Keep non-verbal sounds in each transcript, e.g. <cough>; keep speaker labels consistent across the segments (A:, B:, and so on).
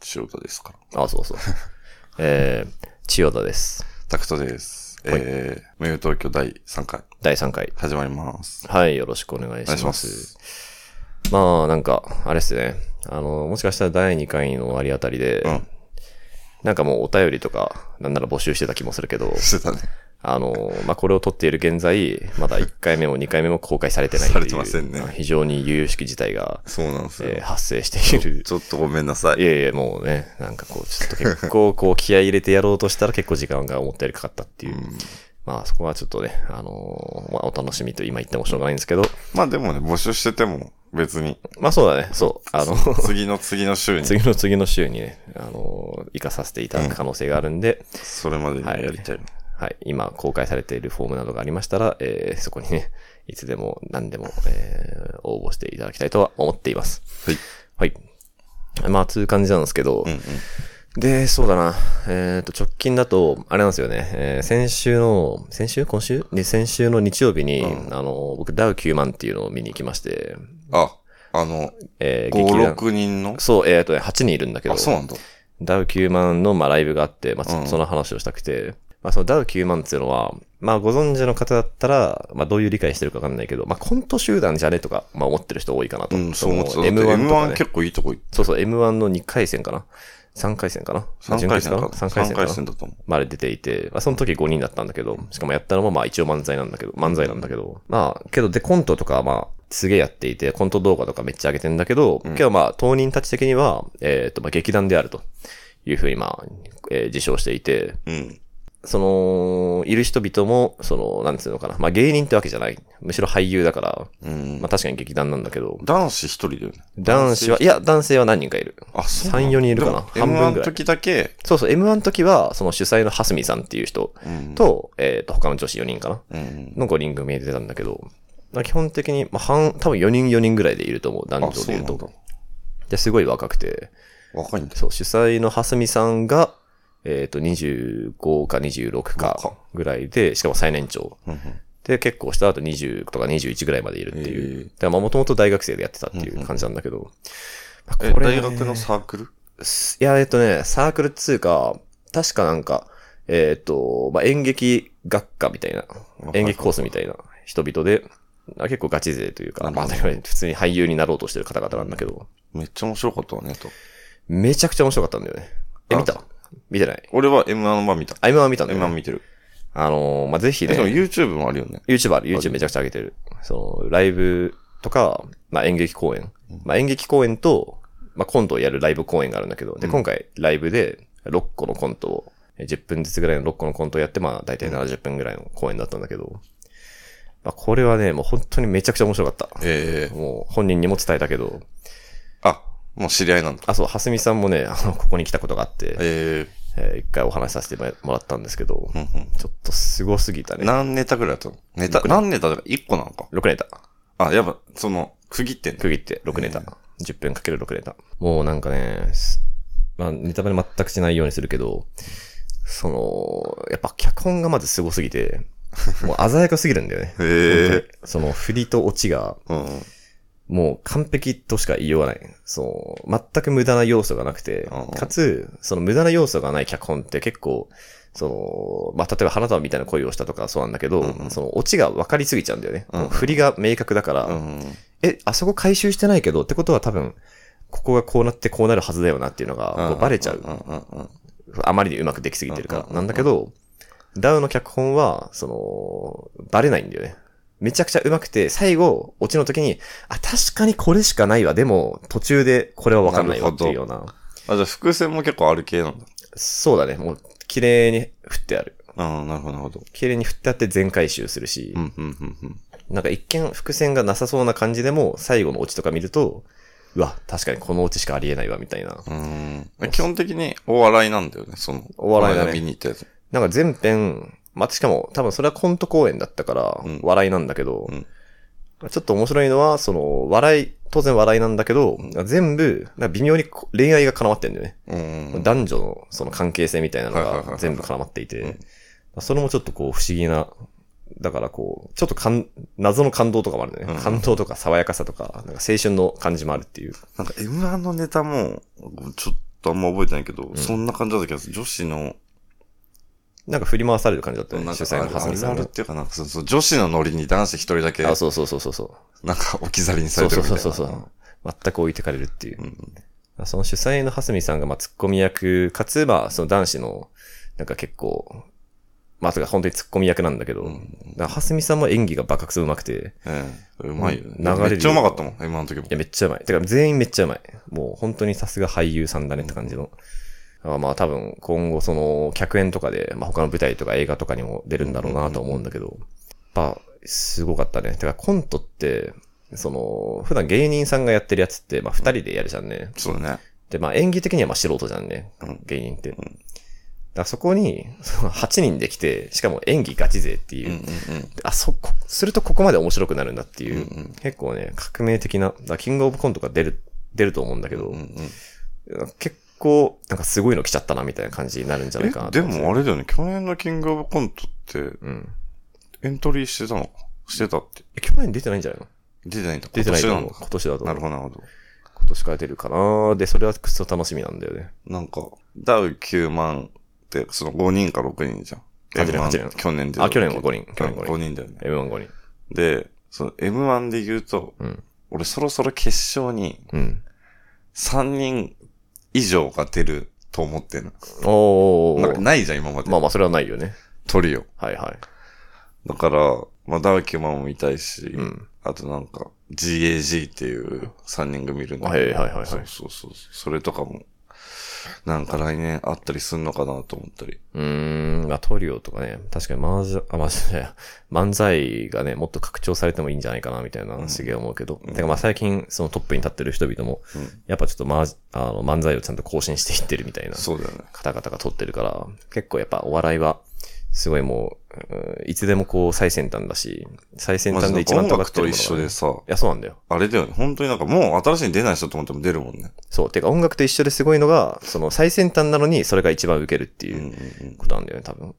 A: 素人ですから。
B: あ、そう <laughs> そう。えー、千代田です。
A: タクトです。
B: はい
A: えー、無用東京第3回、
B: 第3回。
A: 始まります。
B: はい、よろしくお願いし
A: お願いし
B: ま
A: ますす。。
B: まあ、なんか、あれですね。あの、もしかしたら第2回の終わりあたりで、
A: うん。
B: なんかもうお便りとか、なんなら募集してた気もするけど、
A: してたね。
B: あの、まあ、これを撮っている現在、まだ1回目も2回目も公開されてないと
A: さ
B: いう。
A: れてませんね
B: 非常に悠々しき事態が、
A: そうなんですよ。
B: えー発生している。
A: ちょっとごめんなさ
B: い
A: い。
B: やいや、もうね、なんかこう、ちょっと結構こう、気合い入れてやろうとしたら結構時間が思ったよりかかったっていう。まあそこはちょっとね、あのーまあお楽しみと今言ってもしょうがないんですけど、
A: まあでもね、募集してても、別 <laughs> に、
B: まあそうだね、そう、あの、
A: 次の次の週に、
B: 次の次の週にね、あのー行かさせていただく可能性があるんで、
A: それまでにはやりたい。
B: はい、今公開されているフォームなどがありましたら、えーそこにね、いつでも何でも、えー応募していただきたいとは思っています。
A: はい。
B: はい。まあ、つう感じなんですけど、
A: うんうん。
B: で、そうだな。えっ、と、直近だと、あれなんですよね。えー先週の、先週今週で、先週の日曜日に、あの、僕、ダウ9万っていうのを見に行きまして、
A: あ、あの、
B: えー劇
A: 5、
B: 団。
A: 6人の
B: そう、えっ、とね、8人いるんだけど
A: あ、、そうなんだ。
B: ダウ9万の、まあ、ライブがあって、まあ、そ
A: うん
B: その話をしたくて、まあ、そのダウ9万っていうのは、まあ、ご存知の方だったら、まあ、どういう理解してるかわかんないけど、まあ、コント集団じゃねとか、まあ、思ってる人多いかなと。
A: うん、そう思ってた。
B: の
A: だって
B: M1 とか
A: M1
B: ね。
A: 結構いいとこ行っ
B: そうそう、M1 の2回戦かな ?3 回戦かな
A: た。3回戦かな。
B: 3回戦
A: 3
B: か
A: 回
B: な
A: 戦だと思う。
B: まで出ていて、まあ、その時5人だったんだけど、しかもやったのもまあ一応漫才なんだけど、漫才なんだけど、まあ、けどでコントとかはまあ、すげえやっていて、コント動画とかめっちゃ上げてんだけど、けどまあ、当人たち的には、えっ、と、まあ劇団であるというふうにまあ、えー自称していて、
A: うん。
B: その、いる人々も、その、なんつうのかな、まあ芸人ってわけじゃない。むしろ俳優だから、
A: うん
B: まあ。確かに劇団なんだけど、
A: 男子一人だよね。
B: 男子は、いや、男性は何人かいる。
A: あ、そう
B: 3、4人いるかな。半分
A: 半
B: ぐ
A: 分
B: らい
A: の。時だけ、
B: そうそう、M1 の時は、その主催の蓮見さんっていう人
A: うん。
B: と、えっ、と、他の女子4人か
A: う
B: な
A: ん。
B: の5人組で出たんだけど、まあ基本的に、まあ、半、多分4人4人ぐらいでいると思う、男
A: あ、
B: 女
A: そ
B: で
A: う
B: い
A: な
B: うん
A: だ
B: と。。ですごい若くて、
A: 若いんだ。
B: そう、主催の蓮見さんが、えっ、と、25か26かぐらいで、しかも最年長。
A: うんうん
B: で、結構した後20とか21ぐらいまでいるっていう。
A: へえ
B: だからまあ、もともと大学生でやってたっていう感じなんだけど。まあ
A: え、
B: これね
A: 大学のサークル
B: すいや、えっとね、サークルっつうか、確かなんか、えっ、と、まあ、演劇学科みたいな、演劇コースみたいな人々で、あ結構ガチ勢というか、
A: なる
B: まあ、
A: ほど
B: 当たり前に普通に俳優になろうとしてる方々なんだけど、
A: めっちゃ面白かったわね、と。
B: めちゃくちゃ面白かったんだよね。え、
A: あ
B: 見た見てない
A: 俺は M1 のま見た。
B: あ、今は見たんだよ、
A: M1 見てる。
B: あのーまあ、ぜひ
A: え、でも
B: ね、
A: YouTube もあるよね。
B: YouTube ある。YouTube めちゃくちゃ上げてる。その、ライブとか、まあ、演劇公演。まあ、演劇公演と、まあ、コントをやるライブ公演があるんだけど、で、
A: うん
B: 今回ライブで6個のコントを、え10分ずつぐらいの6個のコントをやって、まあ、大体70分ぐらいの公演だったんだけど、まあ、これはね、もう本当にめちゃくちゃ面白かった。
A: ええ
B: もう本人にも伝えたけど、
A: あ、もう知り合いなんだ。
B: あ、そう、はすみさんもね、あの、ここに来たことがあって、
A: え
B: えー一回お話しさせてもらったんですけど
A: え、うんうん。
B: ちょっとすごすぎたね。
A: 何ネタぐらいだったのネタ、何ネタだから ?1 個なのか。
B: 6ネタ。
A: あ、やっぱ、その、区切ってんだ。。
B: 区切って6ネタ。10分かける6ネタ。もうなんかね、すまあ、ネタバレ全くしないようにするけど、その、やっぱ脚本がまず凄すぎて、もう鮮やかすぎるんだよね
A: へえ
B: 本当にその振りとオチが、
A: うん。
B: もう完璧としか言いようがない。そう、全く無駄な要素がなくて
A: うん、
B: かつ、その無駄な要素がない脚本って結構、その、まあ、例えば花束みたいな恋をしたとかはそうなんだけど、
A: うんうん
B: そのオチが分かりすぎちゃうんだよね。
A: うん
B: もう振りが明確だから、
A: うん。
B: え、あそこ回収してないけど、ってことは多分、ここがこうなってこうなるはずだよなっていうのが、こうバレちゃう
A: う。んうんうん。
B: あまりにうまくできすぎてるか
A: うんうんう
B: ら。
A: ん
B: なんだけど、ダウの脚本は、その、バレないんだよね。めちゃくちゃうまくて、最後、オチの時に、あ、確かにこれしかないわ。でも、途中でこれはわかんないわっていうような。
A: あ、じゃあ伏線も結構ある系なんだ。
B: そうだね。もう、綺麗に振ってある。
A: うん、なるほど、なるほど。
B: 綺麗に振ってあって全回収するし。
A: うん、うん、うん、うん。
B: なんか一見伏線がなさそうな感じでも、最後のオチとか見ると、うわ、確かにこのオチしかありえないわ、みたいな。
A: うん。基本的にお笑いなんだよね、その。
B: お笑いだ
A: こ
B: ね
A: の間見に行ったやつ。
B: なんか全編、まあ、しかも多分それはコント公演だったから
A: うん、
B: 笑いなんだけど、
A: うん
B: ちょっと面白いのは、その、笑い、当然笑いなんだけど、全部、なんか微妙にこ恋愛が絡まってんだよね。
A: うん。
B: 男女のその関係性みたいなの
A: はいはいはいは
B: が
A: い
B: 全部絡まっていて、
A: うん
B: まあそれもちょっとこう不思議な、だからこう、ちょっとかん謎の感動とかもあるんだよね。
A: うん
B: 感動とか爽やかさとか、なんか青春の感じもあるっていう。
A: なんか M1 のネタも、ちょっとあんま覚えてないけど、
B: ん
A: そんな感じだった気がする。女子の、
B: なんか振り回される感じだったよ
A: な
B: ね、
A: ん
B: 主
A: か
B: 催の
A: ある
B: 蓮
A: あ
B: 見
A: る
B: さ
A: あ
B: ん
A: るっ
B: が。
A: ていうかなんかそうそう女子のノリに男子一人だけ、な
B: あ、
A: ん
B: そうそうそうそうそう。
A: か置き去りにさ
B: そ
A: れ
B: う
A: て
B: そ
A: る
B: う
A: みたい
B: そう
A: な。
B: そうそう。全く置いてかれるっていう。
A: うん
B: その主催の蓮見さんが、まあ、ツッコミ役、かつ、まあ、その男子の、なんか結構、まあ、とか本当にツッコミ役なんだけど、
A: う
B: なん
A: ん
B: か蓮見さんも演技がバカくそうまくて、
A: ええ、うまいよね。
B: 流れるよ
A: めっちゃうまかったもん、今の時も
B: いや、。めっちゃうまい。てか、全員めっちゃうまい。もう、本当にさすが俳優さんだねって感じの。だからまあ、多分、今後、その、客演とかで、まあ、他の舞台とか映画とかにも出るんだろうなと思うんだけど、やっぱ、すごかったね。てか、コントって、その、普段芸人さんがやってるやつって、まあ、二人でやるじゃんね。
A: そうだね。
B: で、まあ、演技的にはまあ、素人じゃんね。
A: うん。
B: 芸人って。だ
A: ん
B: からそこに、 <laughs> その8人できて、しかも演技ガチ勢っていうう、
A: んうんうん。
B: あ、そこ、するとここまで面白くなるんだっていう、
A: うんうん
B: 結構ね、革命的な、だからキングオブコントが出る、出ると思うんだけど、
A: うんうん
B: 結構、なんかすごいの来ちゃったな、みたいな感じになるんじゃないかな
A: え
B: と
A: で
B: 思うんすよ
A: もあれだよね、去年のキングオブコントって
B: うん。
A: エントリーしてたのかしてたって。
B: え去年出てないんじゃないの
A: 出てないんだ。
B: 出てないと
A: 今
B: 思
A: 年
B: う
A: なのか。
B: 今年だと。
A: なるほど、なるほど。
B: 今年から出るかなで、それはくっそ楽しみなんだよね。
A: なんか、ダウ9万って、その5人か6人じゃん。
B: 8人
A: M1
B: 8人
A: 去年で。
B: あ、去年は5人。去
A: 去
B: 年
A: 年
B: 5
A: 5
B: 人。
A: 人だよね。
B: M15 人。
A: で、その M1 で言うと、
B: うん。
A: 俺そろそろ決勝に
B: うん。
A: 3人以上が出ると思ってんの。
B: お
A: なんか
B: ー。
A: ないじゃん、今まで。
B: まあまあ、それはないよね。
A: トリオ。
B: はいはい。
A: だから、まあ、ダウ9万もいたいし、
B: うん。
A: あとなんか、GAG っていう3人組いるんだ
B: はいはいはいはい
A: そうそうそう。それとかも、なんか来年あったりすんのかなと思ったり。
B: うーん、まあ、トリオとかね、確かにマージャ、あ、マージャじゃないや漫才がね、もっと拡張されてもいいんじゃないかな、みたいな、すげえ思うけど。てかまあ最近、そのトップに立ってる人々も、
A: うん
B: やっぱちょっとマージ、あの、漫才をちゃんと更新していってるみたいな、
A: そうだよね。
B: 方々が撮ってるから、結構やっぱお笑いは、すごいもう、うんいつでもこう最先端だし、最先
A: ま
B: 端
A: ず
B: で
A: なん
B: 一
A: か
B: 番
A: 音
B: 高
A: 楽
B: くてる
A: と
B: ものがね
A: 一緒で
B: い
A: さ、
B: や、そうなんだよ。
A: あれだよね。本当になんかもう新しいに出ない人と思っても出るもんね。
B: そう。てか音楽と一緒ですごいのが、その最先端なのにそれが一番受けるって
A: う
B: い
A: ん
B: う。
A: うんうん。
B: ことなんだよね、多分。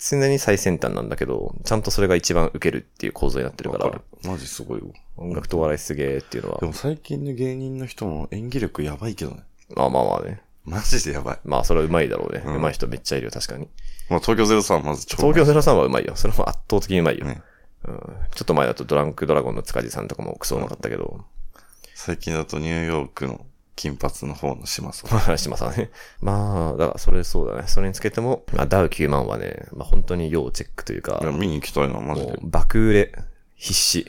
B: 常に最先端なんだけど、ちゃんとそれが一番受けるっていう構造になってるか
A: わ
B: ら、
A: かる。マジすごいわ。
B: 音楽とお笑いすげーっていうのは
A: で、も最近の芸人の人も演技力やばいけどね。
B: まあまあまあね。
A: マジでやばい。
B: まあそれは上手いだろうね。
A: うん
B: 上手い人めっちゃいるよ、確かに。
A: まあ東京03はまず超うまい
B: 東京03は上手いよ。それも圧倒的に上手いよ。
A: ね。
B: うん、ちょっと前だとドランクドラゴンの塚地さんとかもクソうまかったけど、 <laughs>
A: 最近だとニューヨークの金髪の方の島さん。
B: まあ、島さんね。まあ、だからそれそうだね。それにつけても、まあ、ダウ9万はね、まあ本当に要チェックというか、
A: いや見に行きたいな、マジ
B: も
A: で
B: う。爆売れ、必死。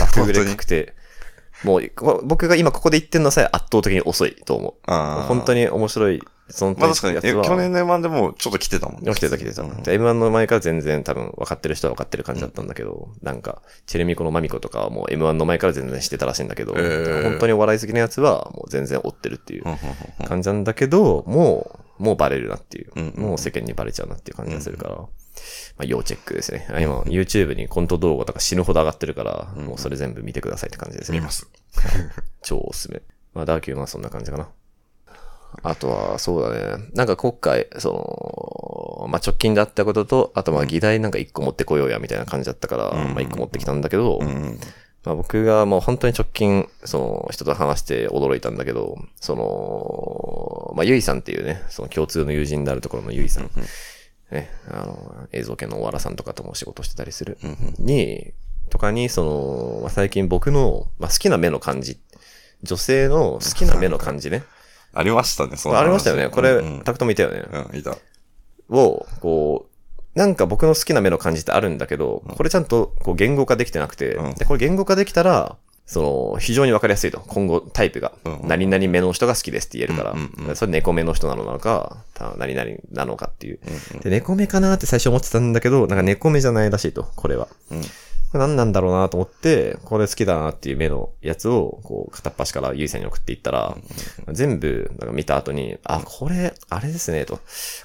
B: 爆売
A: 本当
B: れ
A: に
B: 確定。もう、こ僕が今ここで言ってるのさえ圧倒的に遅いと思う。
A: あー
B: 本当に面白い、その
A: まあ確かに、
B: やつ
A: え
B: は
A: 去年の M1 でもちょっと来てたもん
B: でも来てた来てた。
A: うん
B: M1 の前から全然多分分かってる人は分かってる感じだったんだけど、なんか、チェルミコのマミコとかはもう M1 の前から全然してたらしいんだけど、
A: えー
B: 本当にお笑い好きなやつはもう全然追ってるっていう
A: うんうん
B: 感じなんだけど、もう、もうバレるなっていう。
A: うんうん
B: もう世間にバレちゃうなっていう感じがするから。まあ、要チェックですね。あ今、YouTube にコント動画とか死ぬほど上がってるから、
A: うん
B: もうそれ全部見てくださいって感じです
A: 見
B: ね。
A: ます。
B: 超おすすめ。まあ、ダーキューマンそんな感じかな。あとは、そうだね。なんか今回、その、まあ、直近であったことと、あとまあ、議題なんか一個持ってこようや、みたいな感じだったから、
A: うん
B: まあ、一個持ってきたんだけど、
A: うん。
B: まあ、僕がもう本当に直近、その人と話して驚いたんだけど、その、まあ、ゆいさんっていうね、その共通の友人であるところのゆいさん、ね、あの、映像系の小原さんとかとも仕事してたりする、に、とかに、その、まあ、最近僕の、まあ、好きな目の感じ、女性の好きな目の感じね。
A: ありましたね、そ
B: こ
A: の話
B: れありましたよね。こ
A: う
B: れ
A: ん、
B: タクトもいたよね。
A: うん、いた。
B: を、こう、なんか僕の好きな目の感じってあるんだけど、これちゃんとこう言語化できてなくて、
A: うん
B: で、これ言語化できたら、その、非常にわかりやすいと。今後、タイプが、
A: うんうん
B: 何々目の人が好きですって言えるから、
A: うんうんうん
B: それ猫目の人なのか、た何々なのかっていう。で、猫目かなって最初思ってたんだけど、なんか猫目じゃないらしいと、これは。
A: うん
B: これ何なんだろうなと思って、これ好きだなっていう目のやつを、こう、片っ端からゆいさんに送っていったら、全部、なんか見た後に、あ、これ、あれですね、と。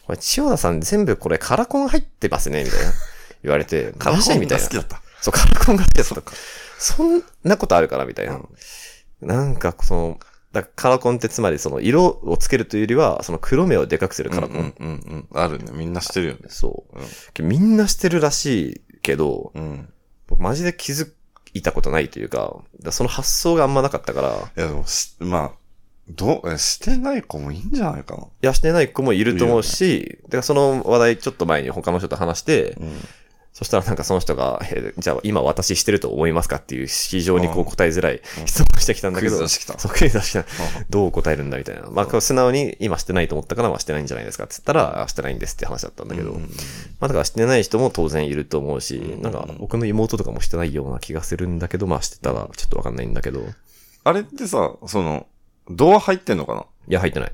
B: これ、千代田さん全部これカラコン入ってますね、みたいな。言われて、
A: <laughs> カラコ
B: マジ
A: ン
B: みた
A: が
B: いな
A: 好き。だった。
B: そう、カラコンが好きだったとか。そんなことあるから、みたいな。なんか、その、だからカラコンってつまりその色をつけるというよりは、その黒目をでかくするカラコン。
A: うんうんうんうん。あるね。みんなしてるよね。
B: そう。みんなしてるらしいけど、
A: うん。うん。
B: 僕マジで気づいたことないというか、だからその発想があんまなかったから、
A: いや、でもし、まあ、どう、えしてない子もいいんじゃないかな。
B: いや、してない子もいると思うし、だからその話題ちょっと前に他の人と話して、
A: うん。
B: そしたらなんかその人が、えーじゃあ今私してると思いますかっていう非常にこ
A: う
B: うん答えづらい
A: ん
B: 質問してきたんだけど、
A: クイズ出してきた
B: そう、クイズ出してきた。どう答えるんだみたいな。まあ、素直に今してないと思ったから、まあしてないんじゃないですかって言ったら、あしてないんですって話だったんだけど、
A: うん
B: まあだからしてない人も当然いると思うし、
A: うん
B: なんか僕の妹とかもしてないような気がするんだけど、まあしてたらちょっとわかんないんだけど、い
A: あれってさ、その、ドア入ってんのかな
B: や、入ってない。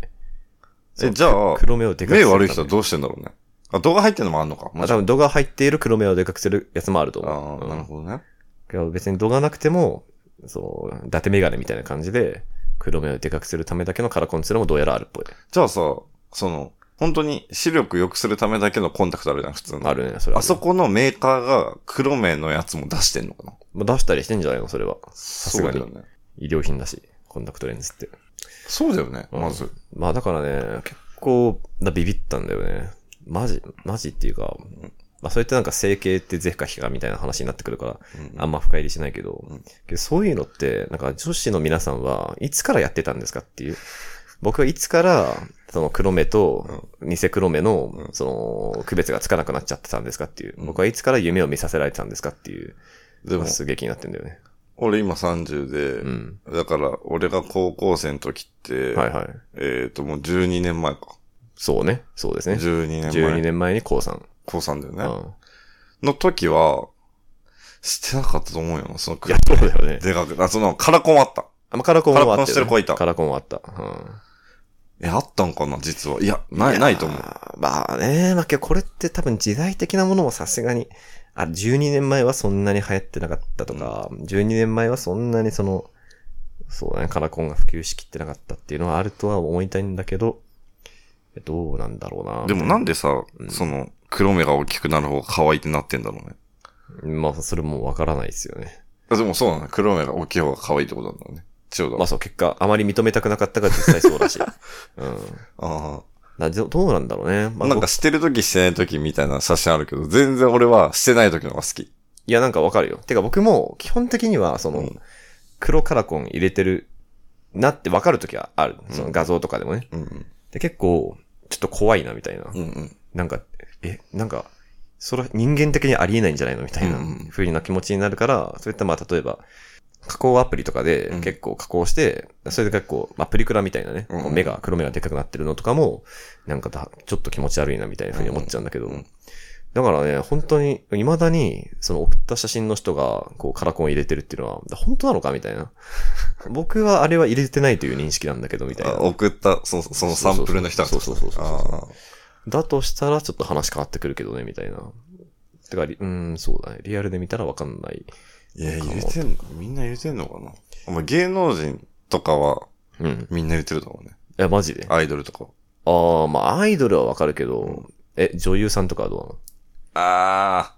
B: そう
A: え、じゃあ、
B: 黒目をでかくす
A: 目
B: るため
A: 悪い人はどうしてんだろうね。あ、動画入ってんのもあんのか。
B: あ、多分度が入っている黒目をでかくするやつもあると思
A: あ
B: う。
A: あ、
B: うん
A: なるほどね。
B: けど別に度がなくても、そう、伊達メガネみたいな感じで、黒目をでかくするためだけのカラコンっていうのもどうやらあるっぽい。
A: じゃあさ、その、本当に視力良くするためだけのコンタクトあるじゃん、普通の。
B: あるね、それは。
A: あそこのメーカーが黒目のやつも出してんのかな
B: まあ出したりしてんじゃないの、それは。
A: そう
B: が
A: だ
B: に
A: よね。
B: 医療品だし、コンタクトレンズって。
A: そうだよね、
B: うん
A: まず。
B: まあだからね、結構、なビビったんだよね。マジ、マジっていうか、まあそれってなんか整形って是か非かみたいな話になってくるから、
A: うん
B: あんま深入りしないけど、
A: うん
B: けどそういうのって、なんか女子の皆さんはいつからやってたんですかっていう。僕はいつから、その黒目と、偽黒目の
A: う、ん
B: その、区別がつかなくなっちゃってたんですかっていう。
A: うん
B: 僕はいつから夢を見させられてたんですかっていう。
A: でも、
B: すげえ気になってんだよね。
A: 俺今30で、
B: うん。
A: だから、俺が高校生の時って、
B: はいはい。
A: えっ、と、もう12年前か。
B: そうね。そうですね。
A: 12年前。
B: 12年前に高3。
A: 高3だよ
B: う
A: ね。
B: ん。
A: の時は、してなかったと思うよな、その
B: いや
A: 黒、
B: そうだよね。
A: でかく、あ、その、カラコンあった。
B: あ、まあ、カラコンはあったよ、ね。
A: カラコンしてる子いた
B: カラコンはあった。うん。
A: え、あったんかな、実は。いや、ない、
B: や
A: ないと思う。
B: まあね、まあけどこれって多分時代的なものもさすがに、あ、12年前はそんなに流行ってなかったとか、12年前はそんなにその、そうだね、カラコンが普及しきってなかったっていうのはあるとは思いたいんだけど、どうなんだろうな。
A: でもなん
B: で
A: でさ、
B: うん
A: その、黒目が大きくなる方が可愛いってなってんだろうね。
B: まあ、それもわからないですよね。
A: あでもそうなの、黒目が大きい方が可愛いってことなんだよね。千代田。
B: まあそう、結果、あまり認めたくなかったが実際そ
A: <laughs>
B: うだし。うん。
A: あ
B: などどうなんだろうね。ま
A: あ。
B: あ、
A: なん
B: 僕
A: かしてる時してない時みたいな写真あるけど、全然俺はしてない時の方が好き。
B: いや、なんかわかるよ。てか僕も、基本的には、その、
A: うん
B: 黒カラコン入れてるなってわかるときはある。
A: ん
B: その画像とかでもね。
A: うんうん。
B: で、結構、ちょっと怖いな、みたいな。
A: うんうん。
B: なんか、え、なんか、それは人間的にありえないんじゃないのみたいな
A: うんうん
B: 風な気持ちになるから、そういったまあ、例えば、加工アプリとかで
A: うん
B: 結構加工して、それで結構、まあ、プリクラみたいなね、
A: うんうん
B: こう目が、黒目がでっかくなってるのとかも、なんかだ、ちょっと気持ち悪いなみたいな風に思っちゃうんだけど、
A: うんうん
B: だからね、本当に、未だに、その送った写真の人が、こう、カラコン入れてるっていうのは、本当なのかみたいな。僕はあれは入れてないという認識なんだけど、みたい
A: あ
B: な。
A: 送った、その、そのサンプルの人が
B: そうそうそうそうそうそうそう
A: ああ
B: だとしたら、ちょっと話変わってくるけどね、みたいな。てか、リうん、そうだね。リアルで見たらわかんない。
A: いや、入れてんのみんな入れてんのかなお前芸能人とかは
B: うん。
A: みんな入れてると思うね。
B: いや、マジで。
A: アイドルとか。
B: ああ、まあ、アイドルはわかるけど、
A: うん
B: え、女優さんとかはどうなの
A: あ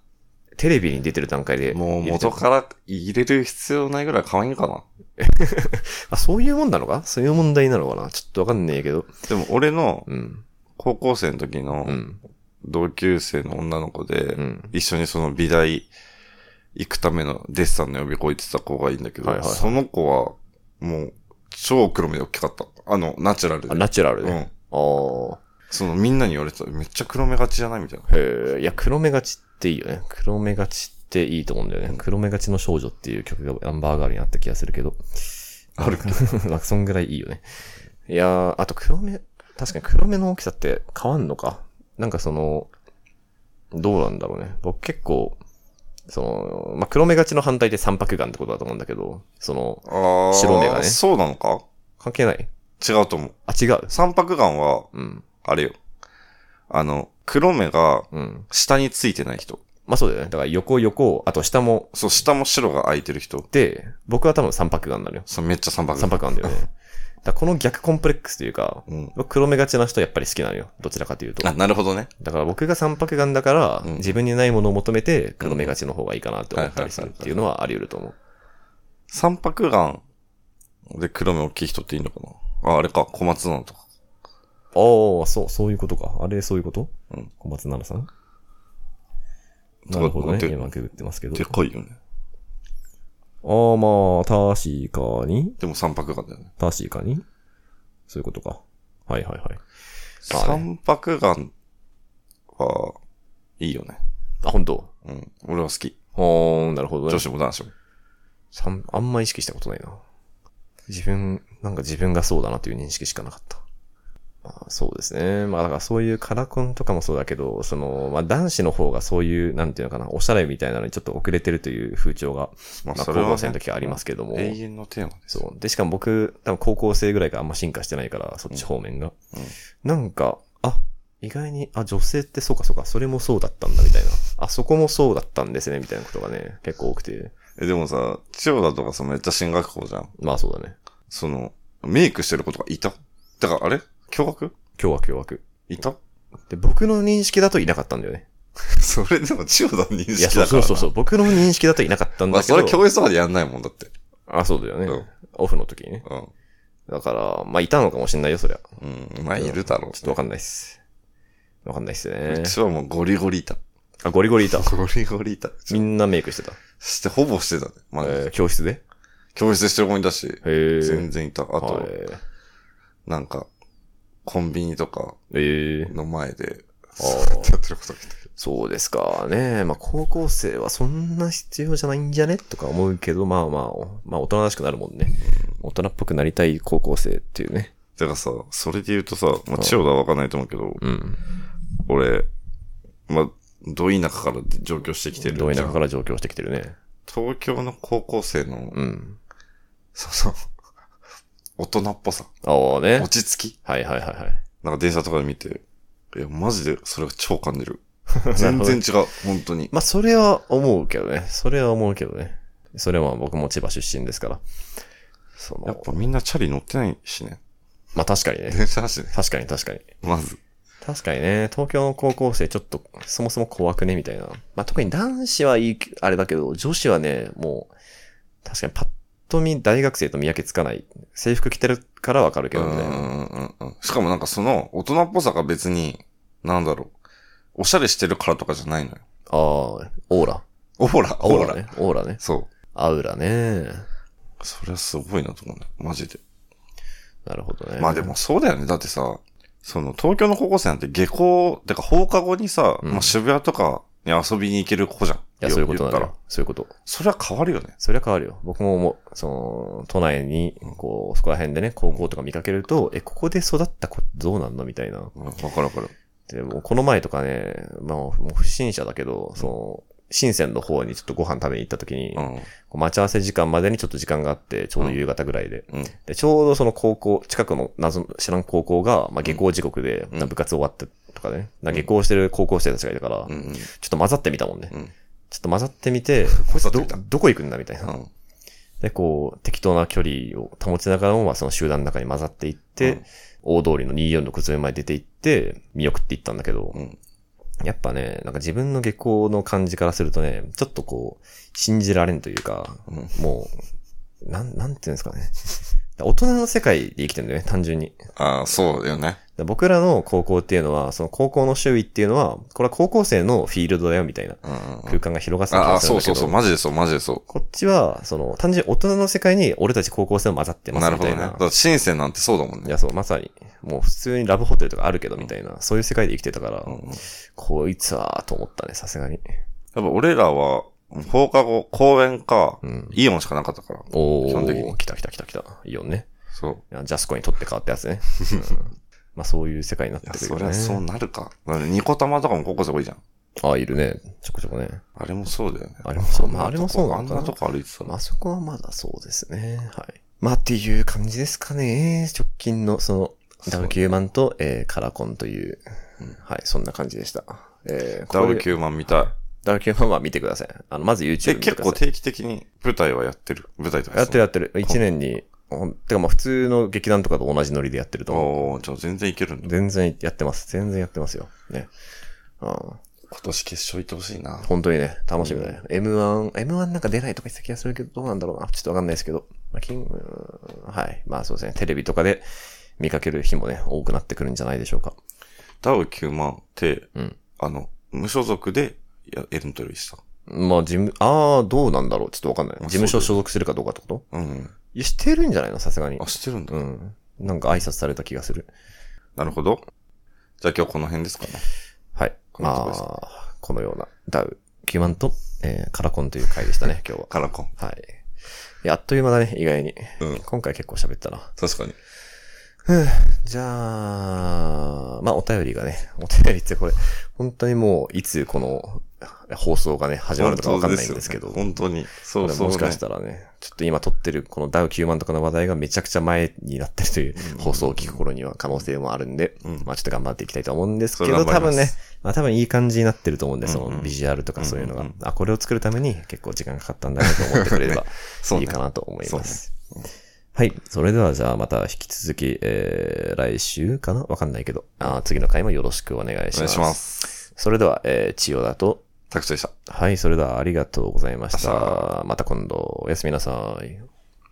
B: テレビに出てる段階で
A: あ。もう
B: 入れてる
A: 元から入れる必要ないぐらい可愛いかな。
B: あ、そういうもんなのかそういう問題なのかなちょっとわかんねえけど。
A: でも俺の
B: うん。
A: 高校生の時の
B: うん。
A: 同級生の女の子で
B: う、ん。
A: 一緒にその美大行くためのデッサンの呼び声ってた子がいいんだけど、
B: はいはいはい
A: その子はもう超黒目で大きかった。あの、ナチュラルで。
B: あ、ナチュラルで。
A: う
B: あ
A: ん。
B: あ。
A: そのみんなに言われてた。めっちゃ黒目がちじゃないみたいな。
B: へえ、いや、黒目がちっていいよね。黒目がちっていいと思うんだよね。黒目がちの少女っていう曲がアンバーガールにあった気がするけど。あ <laughs> るか。まあ、そんぐらいいいよね。いやー、あと黒目、確かに黒目の大きさって変わんのか。なんかその、どうなんだろうね。僕結構、その、まあ、黒目がちの反対で三白眼ってことだと思うんだけど、その、
A: ああ。
B: 白目がね
A: そうなのか
B: 関係ない
A: 違うと思う。
B: あ、違う。
A: 三白眼は、
B: うん。
A: あれよ。あの、黒目が
B: うん。
A: 下についてない人。
B: まあ、そうだよね。だから横横、あと下も、
A: そう、下も白が空いてる人。
B: で、僕は多分三白眼になるよ。
A: そうめっちゃ三白眼。
B: 三白眼だよね。だからこの逆コンプレックスというか、
A: うん。
B: 僕黒目がちな人やっぱり好きなのよ。どちらかというと
A: あ、。なるほどね。
B: だから僕が三白眼だから、
A: うん
B: 自分にないものを求めて黒目がちの方がいいかなって思ったりするっていうのはあり得ると思う。
A: 三白眼で黒目大きい人っていいのかなあ、あれか、小松菜とか。
B: ああ、そう、そういうことか。あれ、そういうこと
A: うん
B: 小松菜奈さんなるほどね。
A: で
B: 今ググってますけど。
A: でかいよね。
B: ああ、まあ、確かに
A: でも三白眼だよね。
B: 確かにそういうことか。はいはいはい。まあ
A: 三
B: ね
A: 白眼は、いいよね。
B: あ、本当
A: うん。俺は好き。
B: ほーん、なるほどね
A: 女。子も男子も。
B: さんあんま意識したことないな。自分、なんか自分がそうだなという認識しかなかった。まあそうですね。まあだからそういうカラコンとかもそうだけど、その、まあ男子の方がそういう、なんていうのかな、おしゃれみたいなのにちょっと遅れてるという風潮が、
A: ま
B: まあ高校生の時はありますけども。
A: 永遠のテーマです。
B: そう。で、しかも僕、多分高校生ぐらいからあんま進化してないから、そっち方面が。
A: うん
B: なんか、あ、意外に、あ、女性ってそうかそうか、それもそうだったんだみたいな。あ、そこもそうだったんですね、みたいなことがね、結構多くて。
A: え、でもさ、千代田とかさ、めっちゃ進学校じゃん。
B: まあそうだね。
A: その、メイクしてる子とかいただから、あれ驚愕
B: 凶悪凶悪。
A: いた <laughs>
B: で、僕の認識だといなかったんだよね。
A: それでも千代田の認
B: い
A: 識
B: や、そう
A: だからな。
B: そうそうそう。僕の認識だといなかったん
A: まあ、
B: だけ
A: そ
B: ど。
A: れは教室とかでやんないもんだって。
B: あ、そうだよね、
A: うん
B: オフの時にね。
A: うん。
B: だから、まあいたのかもしんないよ、そりゃ。
A: うん。まあ、いるだろう。
B: ちょっとわかんないっす。わかんないっすね
A: う。ちはもうゴリゴリいた。
B: あ、ゴリゴリいた。
A: ゴリゴリいた。
B: みんなメイクしてた。
A: して、ほぼしてたね。まあ、
B: えー教室で
A: 教室してる子いたし、
B: へえ。
A: 全然いた。あ
B: あ
A: と、なんか、コンビニとか
B: ええ
A: の前で、
B: あ
A: 座
B: ー
A: ってやってることが来た。
B: そうですかね。まあ、高校生はそんな必要じゃないんじゃねとか思うけど、まあまあ、おまあ、大人らしくなるもんね。大人っぽくなりたい高校生っていうね。
A: だからさ、それで言うとさ、まあ、千代田はわかんないと思うけど、
B: うん。
A: 俺、まあ、ど田舎から上京してきてるじゃ
B: ど
A: ん
B: 田舎から上京してきてるね。
A: 東京の高校生の、
B: うん。
A: その、大人っぽさ、
B: ああね
A: 落。ち着き
B: はいはいはいはい。
A: なんか電車とかで見て、いや、マジでそれが超感じ
B: <laughs>
A: る。全然違う、本当に。
B: まあ、それは思うけどね。それは思うけどね。それは僕も千葉出身ですから。そ
A: やっ
B: の、
A: ぱみんなチャリ乗ってないしね。
B: まあ確かにね。
A: 電車だしね、
B: 確かに確かに。
A: まず。
B: 確かにね、東京の高校生ちょっとそもそも怖くねみたいな。まあ、特に男子はいい、あれだけど、女子はね、もう、確かにパッと見大学生と見分けつかない。制服着てるからわかるけ
A: う
B: ど
A: んう
B: みた <laughs> いな。
A: んうんうん。しかもなんかその、大人っぽさが別に、なんだろう、おしゃれしてるからとかじゃないのよ。
B: ああ、オーラ。
A: オーラ、
B: オ
A: オーラ。
B: ーラね。オーラね。
A: そ
B: アウラね。
A: う。それはすごいなと思うね。マジで。
B: なるほどね。
A: まあでもそうだよね。だってさ、その東京の高校生なんて下校、てか放課後にさ、
B: うん
A: まあ渋谷とかに遊びに行ける子じゃん。
B: いや、そういうこと
A: 言った
B: なん
A: ら
B: だよ。。そういうこと。
A: それは変わるよね。
B: そりゃ変わるよ。僕も思う。その、都内に、こう、そこら辺でね、高校とか見かけると、え、ここで育った子どうなんのみたいな。
A: うんわかるわかる。
B: でも、この前とかね、まあ、もう不審者だけど、その、深センの方にちょっとご飯食べに行った時に、
A: う
B: こ
A: ん。
B: う待ち合わせ時間までにちょっと時間があって、ちょうど夕方ぐらいで。
A: うん。
B: で、ちょうどその高校、近くの謎の知らん高校が、まあ、下校時刻で、
A: うん
B: な部活終わってとかね、な下校してる高校生たちがいたから、
A: うんうん。
B: ちょっと混ざってみたもんね。
A: うん。
B: ちょっと混ざってみ
A: <laughs>
B: て、こいつど、どこ行くんだみたいな。で、こう、適当な距離を保ちながらも、まあ、その集団の中に混ざっていって、
A: うん
B: 大通りの24の崩れ前に出て行って、見送っていったんだけど、
A: うん。
B: やっぱね、なんか自分の下校の感じからするとね、ちょっとこう、信じられんというか、
A: うん。
B: もう、なん、なんていうんですかね。大人の世界で生きてるんだよね、単純に。
A: ああ、そうだよね。
B: で僕らの高校っていうのは、その高校の周囲っていうのは、これは高校生のフィールドだよ、みたいな
A: うんうんうん。
B: 空間が広がってた気
A: あ
B: が
A: あ、
B: するん
A: そう
B: だけ
A: そ
B: ど。
A: うそう。マジでそう、マジでそ
B: こっちは、その、単純に大人の世界に俺たち高校生も混ざって
A: う。
B: ま
A: な
B: す
A: る
B: み
A: ほど
B: た
A: ね。
B: い
A: だ
B: な
A: か。ら、深センなんてそうだもん
B: い
A: ね。
B: や、そう、まさに。もう普通にラブホテルとかあるけど、みたいな。そういう世界で生きてたから、
A: うんうんやっ
B: こいつは、と思ったね、さすがに。
A: ぱ俺らは、放課後、公園か
B: う、ん。
A: イオンしかなかったから。
B: おー、
A: 基本的に
B: 来た来た来た来た。イオンね。
A: そう。
B: ジャスコにとって変わった
A: <laughs>
B: やつね。うんまあそういう世界になっ
A: い
B: て
A: や、
B: る
A: そ
B: よ
A: り
B: ね。
A: ゃそうなるか。だからニコ玉とかも高校生多いじゃん。
B: ああ、いるね。ちょこちょこね。
A: あれもそうだよね。
B: あれもそうん
A: な
B: まああれもそう
A: あ
B: なの
A: ん
B: かな
A: なとこ歩いてた
B: ま
A: ら。
B: あそこはまだそうですね。はい。まあっていう感じですかね。直近のその、ダブキューマンと、えーカラコンという、はい、そんな感じでした。えー、こ
A: ダ
B: こ
A: ブ
B: で
A: ル9万見たい。
B: ダブキューマンは見てください。あの、まず YouTube
A: え、
B: 見て
A: 結
B: くだ
A: 構
B: さい。
A: 定期的に舞台はやってる。舞台とか
B: やって
A: る。
B: るやってる。1年に、ほんてかまあ普通の劇団とかと同じノリでやってると思う。
A: おー、じゃあ全然いけるんだ。
B: 全然やってます。全然やってますよ。ね。うん。
A: 今年決勝行ってほしいな。
B: 本当にね、楽しみだね。M1、M1 なんか出ないとか言ってた気がするけど、どうなんだろうな。ちょっとわかんないですけど。まあ、金、うーんはい。まあそうですね。テレビとかで見かける日もね、多くなってくるんじゃないでしょうか。
A: ダブル9万って、
B: うん。
A: あの、無所属でやエントリーした。
B: まあ、事務、ああ、どうなんだろう。ちょっとわかんない。
A: まあ
B: 事務
A: そう
B: 所
A: だ
B: 所属するかどうかってこと
A: うん。
B: いや、してるんじゃないのさすがに
A: あ、。してるんだ。
B: うん。なんか挨拶された気がする。
A: なるほど。じゃあ今日この辺ですかね。
B: はい。
A: こん
B: ま
A: なとこです
B: あ、このようなダウ、キューマンと、えーカラコンという回でしたね、今日は。
A: カラコン。
B: はい。いや、あっという間だね、意外に。
A: うん
B: 今回結構喋ったな。
A: 確かに。
B: じゃあ、まあお便りがね、お便りってこれ、本当にもういつこの放送がね、始まるのかわかんないんですけど。
A: 本当に。そ
B: こ
A: う
B: れ
A: そう、
B: も
A: ね。
B: しかしたらね、ちょっと今撮ってるこのダウ9万とかの話題がめちゃくちゃ前になってるという
A: うん
B: 放送を聞く頃には可能性もあるんで、
A: うん
B: まあちょっと頑張っていきたいと思うんです
A: そ
B: け
A: れ
B: ど、
A: 頑張
B: 多
A: ります
B: 分ね、まあ多分いい感じになってると思うんで、
A: うんう
B: そ
A: ん
B: のビジュアルとかそういうのが、
A: うんうん
B: あ、これを作るために結構時間かかったんだなと思ってく <laughs> れれば
A: そう
B: い
A: ね
B: いかなと思います。はい。それでは、じゃあ、また引き続き、えー、来週かなわかんないけど、あー次の回もよろしくお願いします。
A: お願いします。
B: それでは、えー、千代田と、
A: タクトでした。
B: はい、それではありがとうございまし
A: さ
B: た。また今度、おやすみなさい。